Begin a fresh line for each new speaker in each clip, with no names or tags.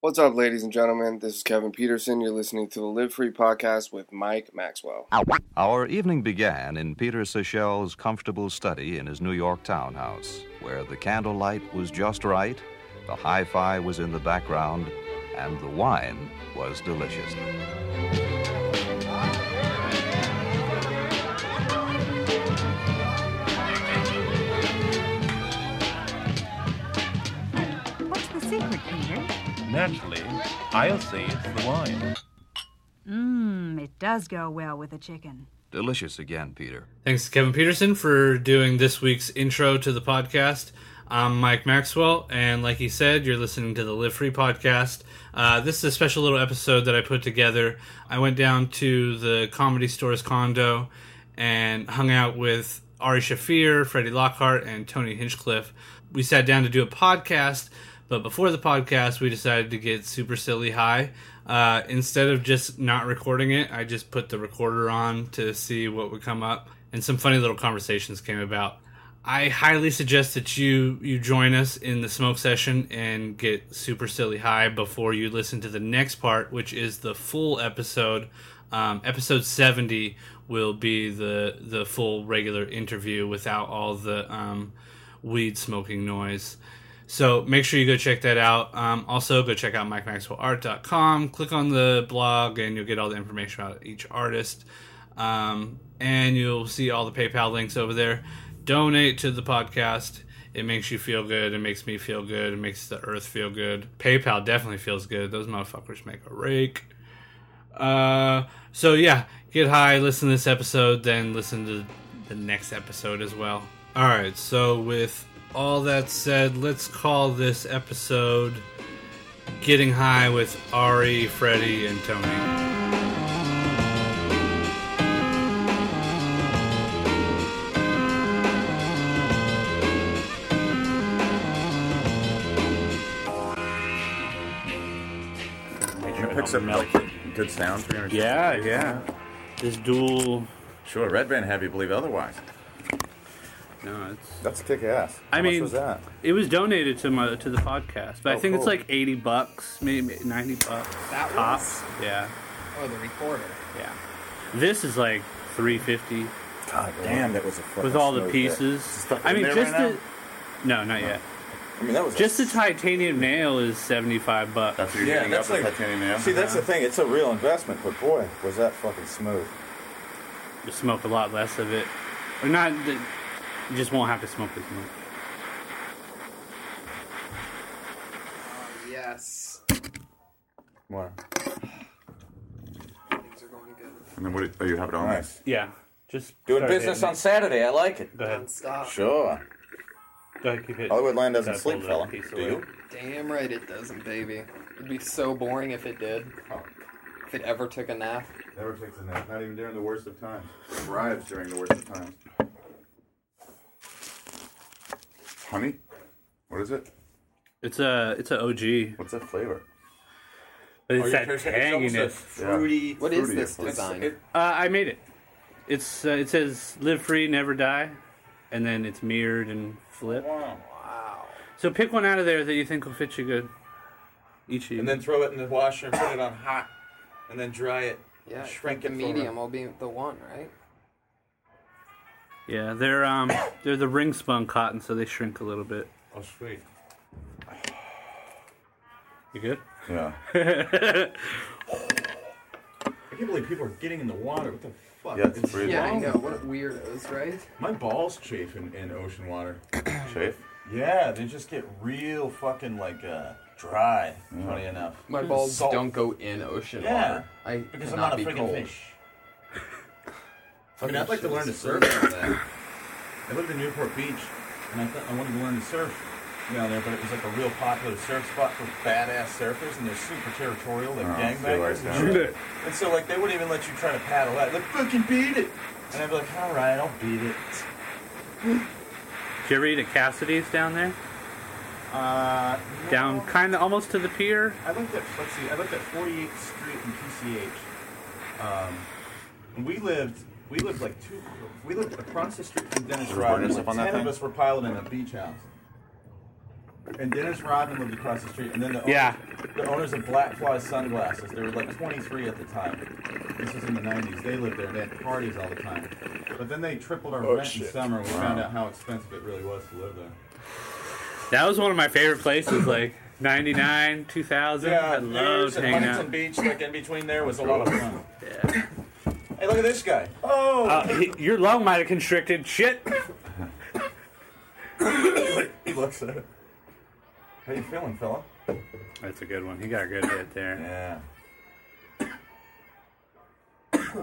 What's up, ladies and gentlemen? This is Kevin Peterson. You're listening to the Live Free podcast with Mike Maxwell.
Our evening began in Peter Sechel's comfortable study in his New York townhouse, where the candlelight was just right, the hi fi was in the background, and the wine was delicious.
What's the secret, Peter?
Naturally, I'll say it's the wine.
Mmm, it does go well with the chicken.
Delicious again, Peter.
Thanks to Kevin Peterson for doing this week's intro to the podcast. I'm Mike Maxwell, and like he said, you're listening to the Live Free podcast. Uh, this is a special little episode that I put together. I went down to the comedy store's condo and hung out with Ari Shafir, Freddie Lockhart, and Tony Hinchcliffe. We sat down to do a podcast, but before the podcast, we decided to get super silly high. Uh, instead of just not recording it, I just put the recorder on to see what would come up, and some funny little conversations came about. I highly suggest that you you join us in the smoke session and get super silly high before you listen to the next part, which is the full episode. Um, episode seventy will be the the full regular interview without all the um, weed smoking noise. So make sure you go check that out. Um, also, go check out MikeMaxwellArt.com. Click on the blog, and you'll get all the information about each artist. Um, and you'll see all the PayPal links over there. Donate to the podcast. It makes you feel good. It makes me feel good. It makes the earth feel good. PayPal definitely feels good. Those motherfuckers make a rake. Uh, so yeah, get high, listen to this episode, then listen to the next episode as well. All right, so with all that said, let's call this episode "Getting High" with Ari, Freddie, and Tony.
It
picks up
melt.
Good sound.
Yeah, yeah. This dual.
Sure, Red Band had you believe otherwise.
No, it's.
That's kick ass.
I
How
mean-
much was that?
It was donated to my to the podcast, but I
Oh,
think it's
cool.
like eighty bucks, maybe ninety bucks.
That
tops. Yeah,
Oh, the recorder.
yeah. This is like three fifty
God
Damn, that was a fucking
with all the
smoke
pieces.
stuff
I
in
mean,
there
just
right Oh.
the. No, not yet.
I mean, that was
Just the titanium nail is seventy five bucks.
there.
Yeah, that's like- See, that's the thing. It's a real investment, but boy, was that fucking smooth.
You smoke a lot less of it, or not. the- You just won't have to smoke as much.
Yes.
Wow.
Things are going good.
And then what? Oh, you have it all
Nice.
Yeah, just
Doing
start
business
hitting
on Saturday. I like it.
it. Go ahead.
Ah.
Non-stop.
Sure.
Go ahead, keep hitting.
Hollywood Land doesn't
Gotta
sleep,
pull that
fella.
piece
Do
away.
you?
Damn right it doesn't, baby. It'd be so boring if it did.
Oh.
If it ever took a nap.
Never takes a nap. Not even during the worst of times. Thrives during the worst of times. Honey, what is it?
It's a it's a OG.
What's that flavor?
But
Oh,
it's
you're
that
tasting- it's almost a
tanginess.
fruity.
What is
fruity
this
flavor.
design?
It's-
Uh, I made it. It's uh, it says live free, never die, and then it's mirrored and flipped.
Wow.
So pick one out of there that you think will fit you good. Each of you.
and then throw it in the washer and put it on hot, and then dry it.
Yeah,
Shrink
the
it for
medium
her.
will be the one, right?
yeah, they're um they're the ring spun cotton, so they shrink a little bit.
Oh, sweet.
You good?
Yeah.
I can't believe people are getting in the water. What the fuck?
Yeah, it's pretty
Yeah, I
long.
know. What weirdos, right?
My balls chafe in, in ocean water.
Chafe?
Yeah, they just get real fucking like uh, dry. Funny enough.
My balls
Salt.
don't go in ocean
Yeah,
water. I
because I'm
cannot
not a
be
freaking
cold.
fish. I mean, I'd like to learn to surf down there. I lived in Newport Beach, and I thought I wanted to learn to surf down there, but it was like a real popular surf spot for badass surfers, and they're super territorial, like
Oh, I feel
gangbangers
like
and
that.
shit.
Dude.
And so, like, they wouldn't even let you try to paddle out. Like, fucking beat it! And I'd be like, all right, I'll beat it.
Did you ever eat at Cassidy's down there?
Uh,
Down kind of almost to the pier.
I looked at let's see, I looked at 48th Street and PCH. Um, and we lived we lived like two we lived across the street from Dennis
Recording
Rodman.
stuff
Like
on that
ten of
thing?
us were piled in a beach house. And Dennis Rodman lived across the street. And then the owners,
Yeah.
the owners of Black Fly sunglasses, they were like 23 at the time. This was in the 90s. They lived there. They had parties all the time. But then they tripled our rent in summer. when We found out how expensive it really was to live there.
That was one of my favorite places, like 99, 2000. I
Ayers
loved
and
hanging
Huntington
out.
Beach, like in between there, was a lot of fun. Hey, look at this guy. Oh,
Uh, he- your lung might have constricted. Shit.
he looks at it. How you feeling, fella?
That's a good one. He got a good hit there.
Yeah.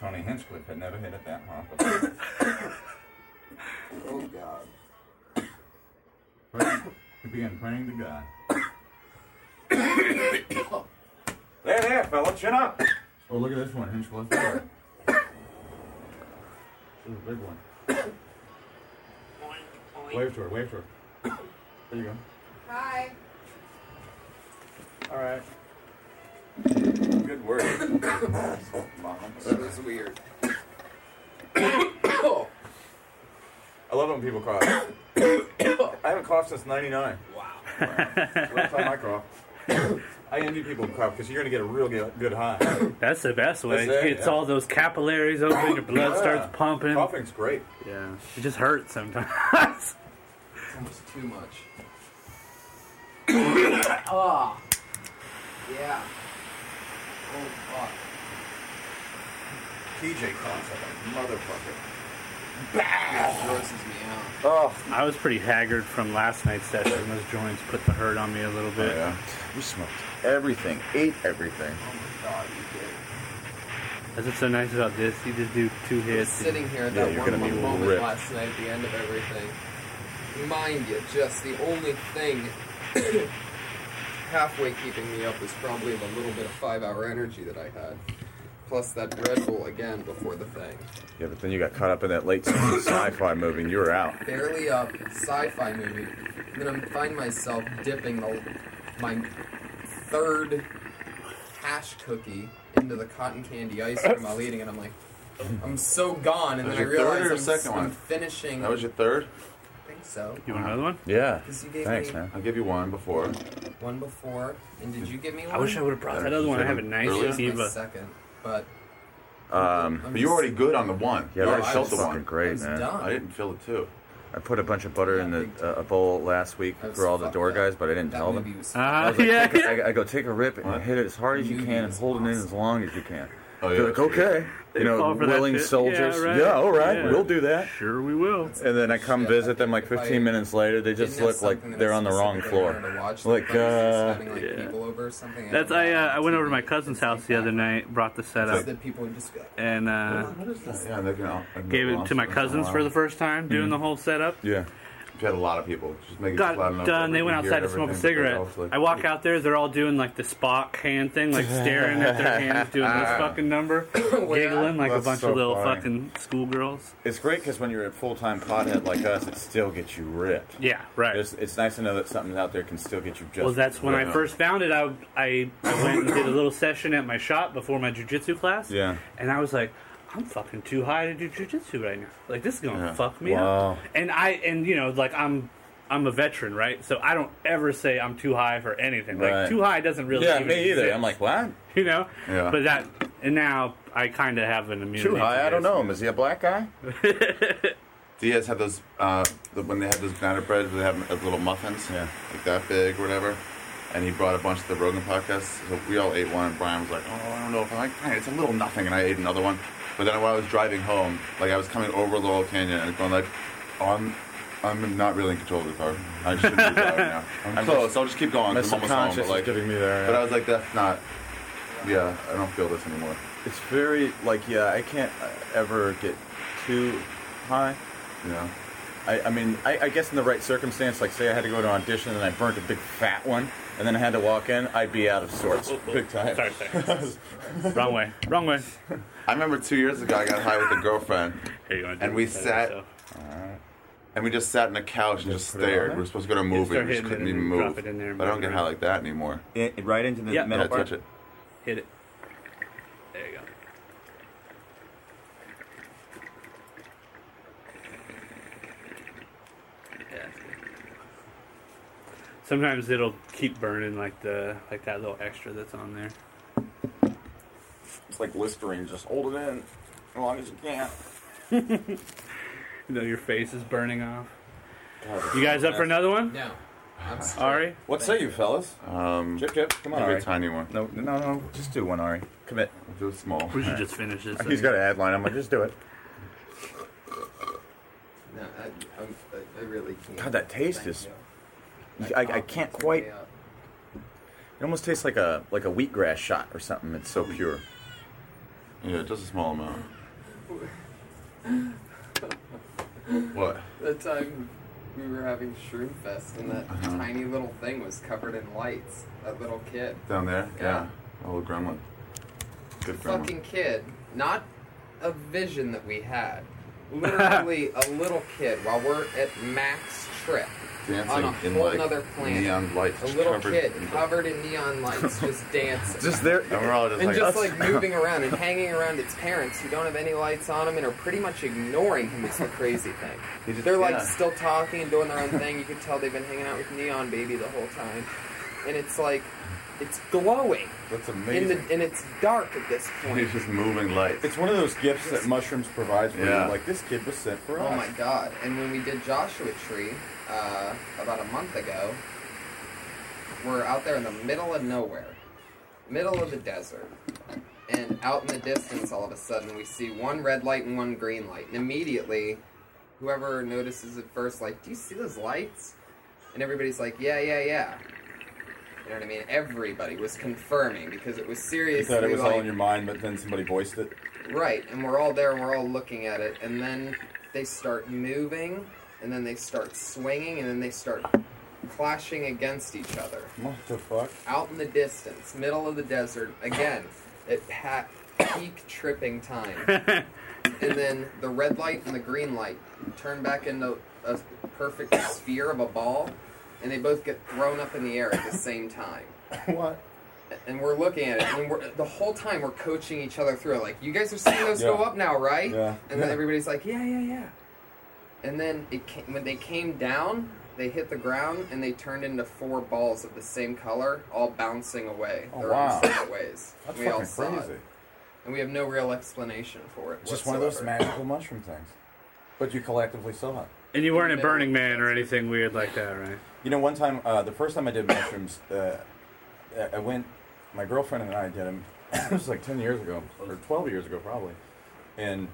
Tony Hinchcliffe had never hit it that hard. Before.
Oh, God.
Praying- he began praying to God. there, there, fella, chin up. Oh, look at this one, Hinchcliffe. There. This is a big one. Wave to her, wave to her. There you go.
Hi.
All right. Good work.
That was weird.
I love it when people cough. I haven't coughed since '99. Wow. Last time I coughed. I envy people who cough because you're gonna get a real good, good high.
That's the best way.
That's it,
it's
yeah.
all those capillaries open. Your blood
Yeah.
starts pumping.
Coughing's great.
Yeah. It just hurts sometimes.
It's almost too much.
Oh. Yeah. Oh fuck.
TJ coughs like a motherfucker.
It grosses me out.
Oh,
I was pretty haggard from last night's session. Those joints put the hurt on me a little bit.
You smoked everything, ate everything.
Oh
That's what's so nice about this. You just do two hits.
Sitting here at
Yeah,
that
you're
one
gonna be
moment
ripped.
last night at the end of everything. Mind you, just the only thing halfway keeping me up was probably the little bit of five hour energy that I had. Plus that Red Bull again before the thing.
Yeah, but then you got caught up in that late sci-fi movie and you were out.
barely up sci-fi movie, and then I find myself dipping the, my third hash cookie into the cotton candy ice cream while eating, and I'm like, I'm so gone. And
That
then I
was your third
realize
or
I'm,
second
I'm
one?
finishing.
That was your third?
I think so.
You want another one?
Yeah.
'Cause you gave
Thanks,
me-
man. I'll give you one before.
One before, and did you give me one?
I wish I would have brought that
Uh,
other one. I
should
have a
we-
nice
earlier?
This is my
sativa.
second, but
Um,
But
I'm
you're
just-
already good on the one. you
yeah, that
already
was
felt the
fucking
one.
great,
It's
man.
done.
I didn't feel it too.
I put a bunch of butter in the, uh, a bowl last week
I was
for all the
fucked
door
up.
guys, but I didn't
that
tell them.
movie was
Uh,
I, was like,
yeah.
take a, I, I go take a rip and hit it as hard as you
Movie
can and
is
hold it in
awesome.
as long as you can.
Oh, yeah,
They're like,
that's good.
okay, you know,
fall for that
willing
shit.
soldiers.
Yeah, right.
all right,
Yeah.
we'll do that.
Sure, we will.
And then I come
Shit,
visit them like
if I
15 minutes later. They just
didn't have
look like
something that
they're
I
on the wrong
specifically
floor.
wanted to watch,
Like,
but I was just
uh,
having, like,
yeah.
people over or something, and
That's
don't
I.
know
Uh,
how
I went
to
over to my
make
cousin's
this
house the other night. Brought the set
so
up
that people would just be like,
and uh,
What is that? Yeah, and they can all, I can
gave
go
it
on
to my
for a
cousins
while.
for the first time, doing the whole setup.
yeah.
You had a lot of people. Just make it
Got
loud enough
done.
that
They
we
went
can hear
outside to smoke a
everything, but they're
cigarette.
also like-
I walk out there. They're all doing like the Spock hand thing, like staring at their hands, doing this fucking number, giggling like
That's
a bunch
so
of little
funny.
fucking schoolgirls.
It's great because when you're a full time pothead like us, it still gets you ripped.
Yeah, right.
It's, it's nice to know that something out there can still get you just.
Well, that's when I
ripped.
first found it. I, I, I went and did a little session at my shop before my jujitsu class.
Yeah.
And I was like, I'm fucking too high to do jujitsu right now. Like this is gonna
Yeah.
fuck me
Wow.
up. And I and you know like I'm I'm a veteran, right? So I don't ever say I'm too high for anything.
Right.
Like too high doesn't really.
Yeah,
even
me either.
exist,
I'm like, what?
you know.
Yeah.
But that and now I kind of have an immunity.
Too
to
high? I don't
this.
know him. Is he a black guy?
Diaz had those uh, the, when they had those banana bread. They have as little muffins,
Yeah.
like that big, or whatever. And he brought a bunch to the Rogan podcast. So we all ate one, and Brian was like, "Oh, I don't know if I like it's a little nothing." And I ate another one. But then while I was driving home, like I was coming over Laurel Canyon and going like, oh, "I'm, I'm not really in control of the car. I just shouldn't do that right now. I'm,
I'm
close.
just-
I'll just keep going.
My
'cause I'm almost home."
subconscious
But like,
is giving me there.
but I was like, "That's not." Yeah, I don't feel this anymore.
it's very like yeah. I can't uh, ever get too high.
You know.
I, I mean, I, I guess in the right circumstance, like say I had to go to an audition and I burnt a big fat one, and then I had to walk in, I'd be out of sorts, big time.
Sorry, sorry. Wrong way. Wrong way.
I remember two years ago, I got high with a girlfriend,
Here you go.
And we sat-
So.
and we just sat on a couch and just
put it on
stared.
there?
We were supposed to go to a movie,
start
and we just
hitting
couldn't
it and
even
then drop
move.
it in there and
but I don't
move it
get high
around.
like that anymore.
In- right into the
Yeah.
metal
Yeah,
part.
touch it.
Hit it. There you go. Yeah. Sometimes it'll keep burning like the like that little extra that's on there.
It's like Listerine, just hold it in as long as you can.
You know your face is burning off. You guys up for another one?
No. I'm straight.
Ari?
What say you, fellas?
Um,
Chip, chip, come on,
give me a
Ari.
tiny one.
No, no, no, just do one, Ari. Commit.
Do a small.
We should just finish this.
He's got an ad line. I'm like, just do it.
No, I, I'm, I, I really can't.
God, that taste
Thank
is-
you.
I, I can't
It's
quite.
way up.
It almost tastes like a like a wheatgrass shot or something. It's so pure.
Yeah, just a small amount. What?
The time we were having Shroom Fest and that
Uh-huh.
tiny little thing was covered in lights. That little kid.
Down there?
Yeah.
Yeah. A little gremlin. Good gremlin.
Fucking kid. Not a vision that we had. Literally a little kid while we're at Max Trip.
Dancing
on a
in
whole
like
nother planet.
neon lights.
A little
covered
kid
in-
covered in neon lights just dancing.
Just there.
And we're all just
and
like,
just
"That's-
like moving around and hanging around its parents who don't have any lights on them and are pretty much ignoring him is the crazy thing.
They just-
They're like
yeah.
still talking and doing their own thing. You can tell they've been hanging out with Neon Baby the whole time, and it's like it's glowing
that's
in
amazing.
the and it's dark at this point.
He's just moving lights.
It's one of those gifts that mushrooms provides. Where
Yeah.
you're like this kid was sent for
Oh
us.
my god! And when we did Joshua Tree uh, about a month ago, we're out there in the middle of nowhere, middle of the desert, and out in the distance, all of a sudden we see one red light and one green light, and immediately, whoever notices it first, like, do you see those lights? And everybody's like, yeah, yeah, yeah. You know what I mean? Everybody was confirming because it was
You
seriously
thought it was
like,
all in your mind, but then somebody voiced it.
Right, and we're all there and we're all looking at it, and then they start moving, and then they start swinging, and then they start clashing against each other.
What the fuck?
Out in the distance, middle of the desert, again, at pa- peak tripping time. and then the red light and the green light turn back into a perfect sphere of a ball, and they both get thrown up in the air at the same time
What?
and we're looking at it, and we're, the whole time we're coaching each other through it. Like, you guys are seeing those go
Yeah.
up now, right?
Yeah.
And then
Yeah.
everybody's like, yeah, yeah, yeah. And then it came, when they came down, they hit the ground and they turned into four balls of the same color, all bouncing away.
Oh,
their
wow.
own separate ways.
That's
we all
fucking
saw
crazy.
it, and we have no real explanation for it.
It's just one of those
whatsoever.
magical mushroom things. But you collectively saw it.
And you weren't at
middle.
Burning Man or anything weird like that, right?
You know, one time, uh, the first time I did mushrooms, uh, I- I went. My girlfriend and I did them. it was like ten years ago, or twelve years ago, probably. And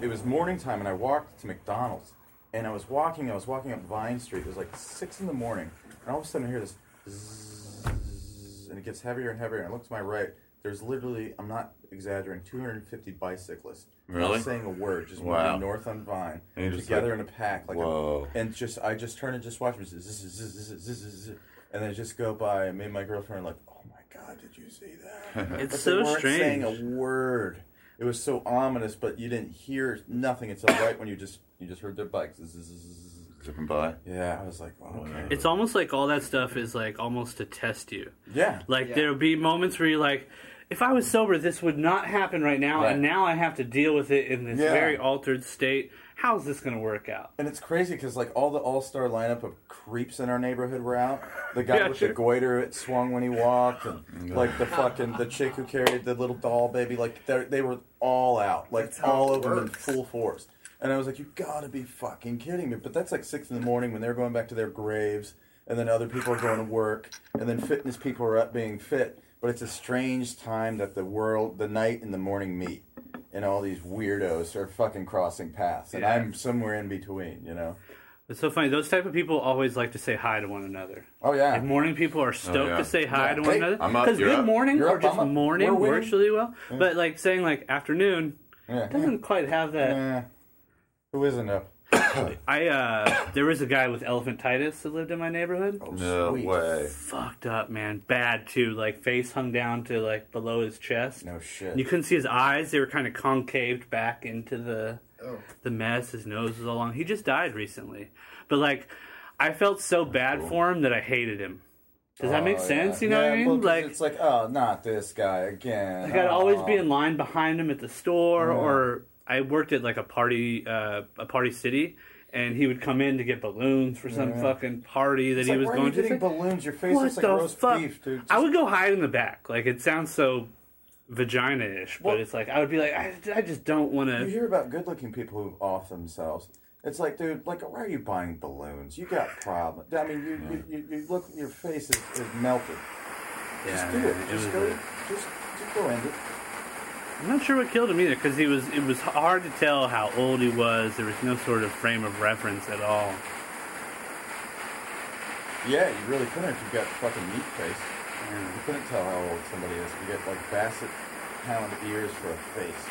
it was morning time, and I walked to McDonald's. And I was walking. I was walking up Vine Street. It was like six in the morning, and all of a sudden I hear this, zzzz, and it gets heavier and heavier. And I look to my right. There's literally, I'm not exaggerating, 250 bicyclists.
Really?
Not saying a word, just
Wow.
moving north on Vine,
And you're just
together
like,
in a pack, like
Whoa.
a, and just I just turn and just watch them, zzz, zzz, zzz, zzz, zzz, zzz, and then just go by. And me and my girlfriend are like, "Oh my god, did you see that?" But
It's
they
so
weren't
strange.
Saying a word, it was so ominous, but you didn't hear nothing until right when you just you just heard their bikes. Zzz, zzz, zzz, zzz.
Zipping by.
Yeah, I was like, oh, okay.
It's almost like all that stuff is like almost to test you.
yeah,
Like
Yeah.
there'll be moments where you're like, if I was sober, this would not happen right now,
Right.
and now I have to deal with it in this
Yeah.
very altered state. How's this going to work out?
and it's crazy because like all the all star lineup of creeps in our neighborhood were out. The guy
Yeah,
with
sure.
the goiter, it swung when he walked, and like the fucking the chick who carried the little doll baby, like they're- they were all out, like
That's how
all
it
of them in
works.
full force. And I was like, you gotta be fucking kidding me! But that's like six in the morning when they're going back to their graves, and then other people are going to work, and then fitness people are up being fit. But it's a strange time that the world, the night and the morning meet, and all these weirdos are fucking crossing paths, and
Yeah.
I'm somewhere in between, you know.
It's so funny. Those type of people always like to say hi to one another.
Oh yeah.
Like morning people are stoked
yeah.
to say hi
Yeah.
to one
Hey,
another
I'm up,
because
you're
good
up.
morning
You're
or
up,
just
I'm up.
morning
We're
works really well. But like saying like afternoon
Yeah.
doesn't quite have that.
Eh, who isn't up?
I uh, there was a guy with elephantitis that lived in my neighborhood.
No
Sweet.
way.
Fucked up, man. Bad too. Like face hung down to like below his chest.
No Oh, shit.
You couldn't see his eyes; they were kind of concaved back into the
Oh.
the mess. His nose was all long. He just died recently, but like, I felt so bad for him that I hated him. Does that make
Oh, yeah.
sense? You know
Yeah,
what I mean?
well, 'cause
like,
it's like, oh, not this guy again.
I gotta
Oh.
always be in line behind him at the store, or I worked at like a party, uh, a party city, and he would come in to get balloons for some
Yeah.
fucking party that
It's
he
like,
was
why are
going
you
to.
getting
It's like,
balloons? Your face looks like roast beef, dude.
I would go hide in the back. Like it sounds so vagina-ish, but it's like I would be like, I, I just don't want
You
to.
hear about good-looking people who off themselves. It's like, dude, like, why are you buying balloons? You got problems. I mean, you, you, you, you look, your face is, is melted. Just do it. Just go, just, just go end it.
I'm not sure what killed him either because he was. It was hard to tell how old he was. There was no sort of frame of reference at all.
Yeah, you really couldn't if you've got fucking meat face. You couldn't tell how old somebody is. You get like basset hound ears for a face.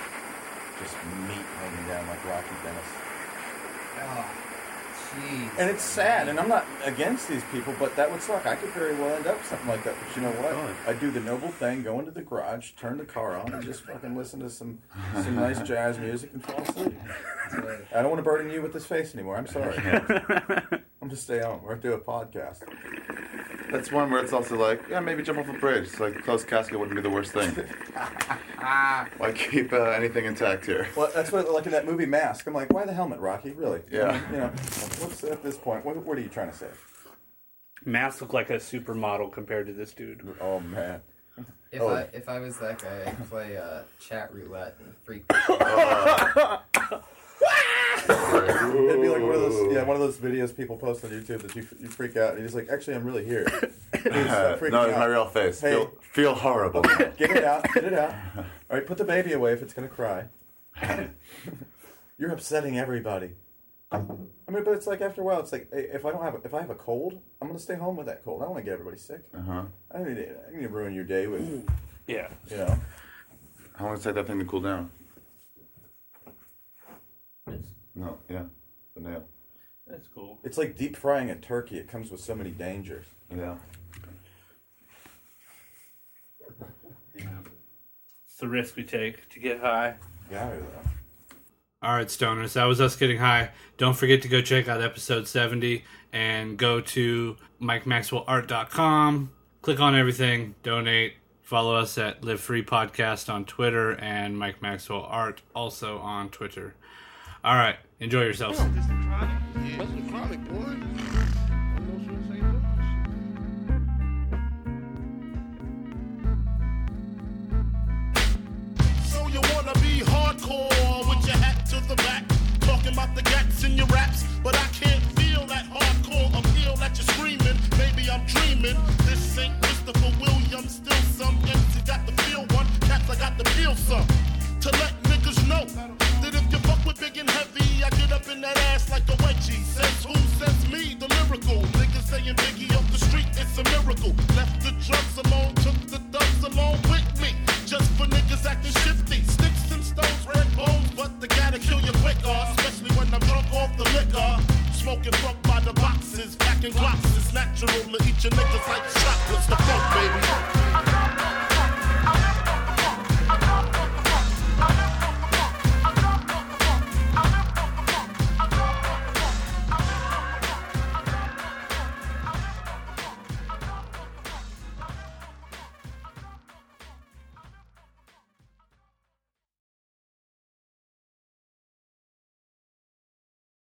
Just meat hanging down like Rocky Dennis.
Oh, jeez.
And it's sad, and I'm not against these people, but that would suck. I could very well end up something like that. But you know what? I do the noble thing, go into the garage, turn the car on, and just fucking listen to some some nice jazz music and fall asleep. I don't want to burden you with this face anymore. I'm sorry. I'm just stay home or do a podcast.
That's one where it's also like, yeah, maybe jump off a bridge. It's like closed casket wouldn't be the worst thing. Why keep uh, anything intact here?
Well, that's what like in that movie Mask. I'm like, why the helmet, Rocky? Really?
Yeah.
I mean, you know, what's at this point? What, what are you trying to say?
Mask looked like a supermodel compared to this dude.
Oh man.
If
Oh.
I if I was that guy, I'd play uh, chat roulette and freak.
It'd be like one of those, yeah, one of those videos people post on YouTube that you, you freak out and you're just like, actually, I'm really here. Please,
Uh,
stop freaking
no, it's
out.
my real face.
Hey.
Feel, feel horrible.
Get it out, get it out. All right, put the baby away if it's gonna cry. you're upsetting everybody. I mean, but it's like after a while, it's like hey, if I don't have if I have a cold, I'm gonna stay home with that cold. I don't want to get everybody sick. Uh-huh. I don't need to, I don't need to ruin your day with
Yeah.
you know.
How long does it take that thing to cool down?
It's,
No, yeah, the nail.
that's cool.
It's like deep frying a turkey. It comes with so many dangers.
Yeah.
It's the risk we take to get high.
Yeah, though.
All right, stoners, that was us getting high. Don't forget to go check out episode 70 and go to mikemaxwellart.com. Click on everything, donate, follow us at Live Free Podcast on Twitter and Mike Maxwell Art also on Twitter. All right, enjoy yourselves.
So you wanna be hardcore with your hat to the back, talking about the gaps in your raps, but I can't feel that hardcore appeal that you're screaming. Maybe I'm dreaming. This ain't Christopher Williams, still some MC got the feel one, cats I got the feel some. To let niggas know that if you fuck with big and heavy, I get up in that ass like a wedgie. Says who? Says me, the lyrical. Niggas saying Biggie up the street, it's a miracle. Left the drugs alone, took the thugs along with me. Just for niggas acting shifty. Sticks and stones, red bones, but they gotta kill you quicker. Especially when I'm drunk off the liquor. Smoking fuck by the boxes, packing glocks. It's natural to eat your niggas like chocolates. The fuck, baby.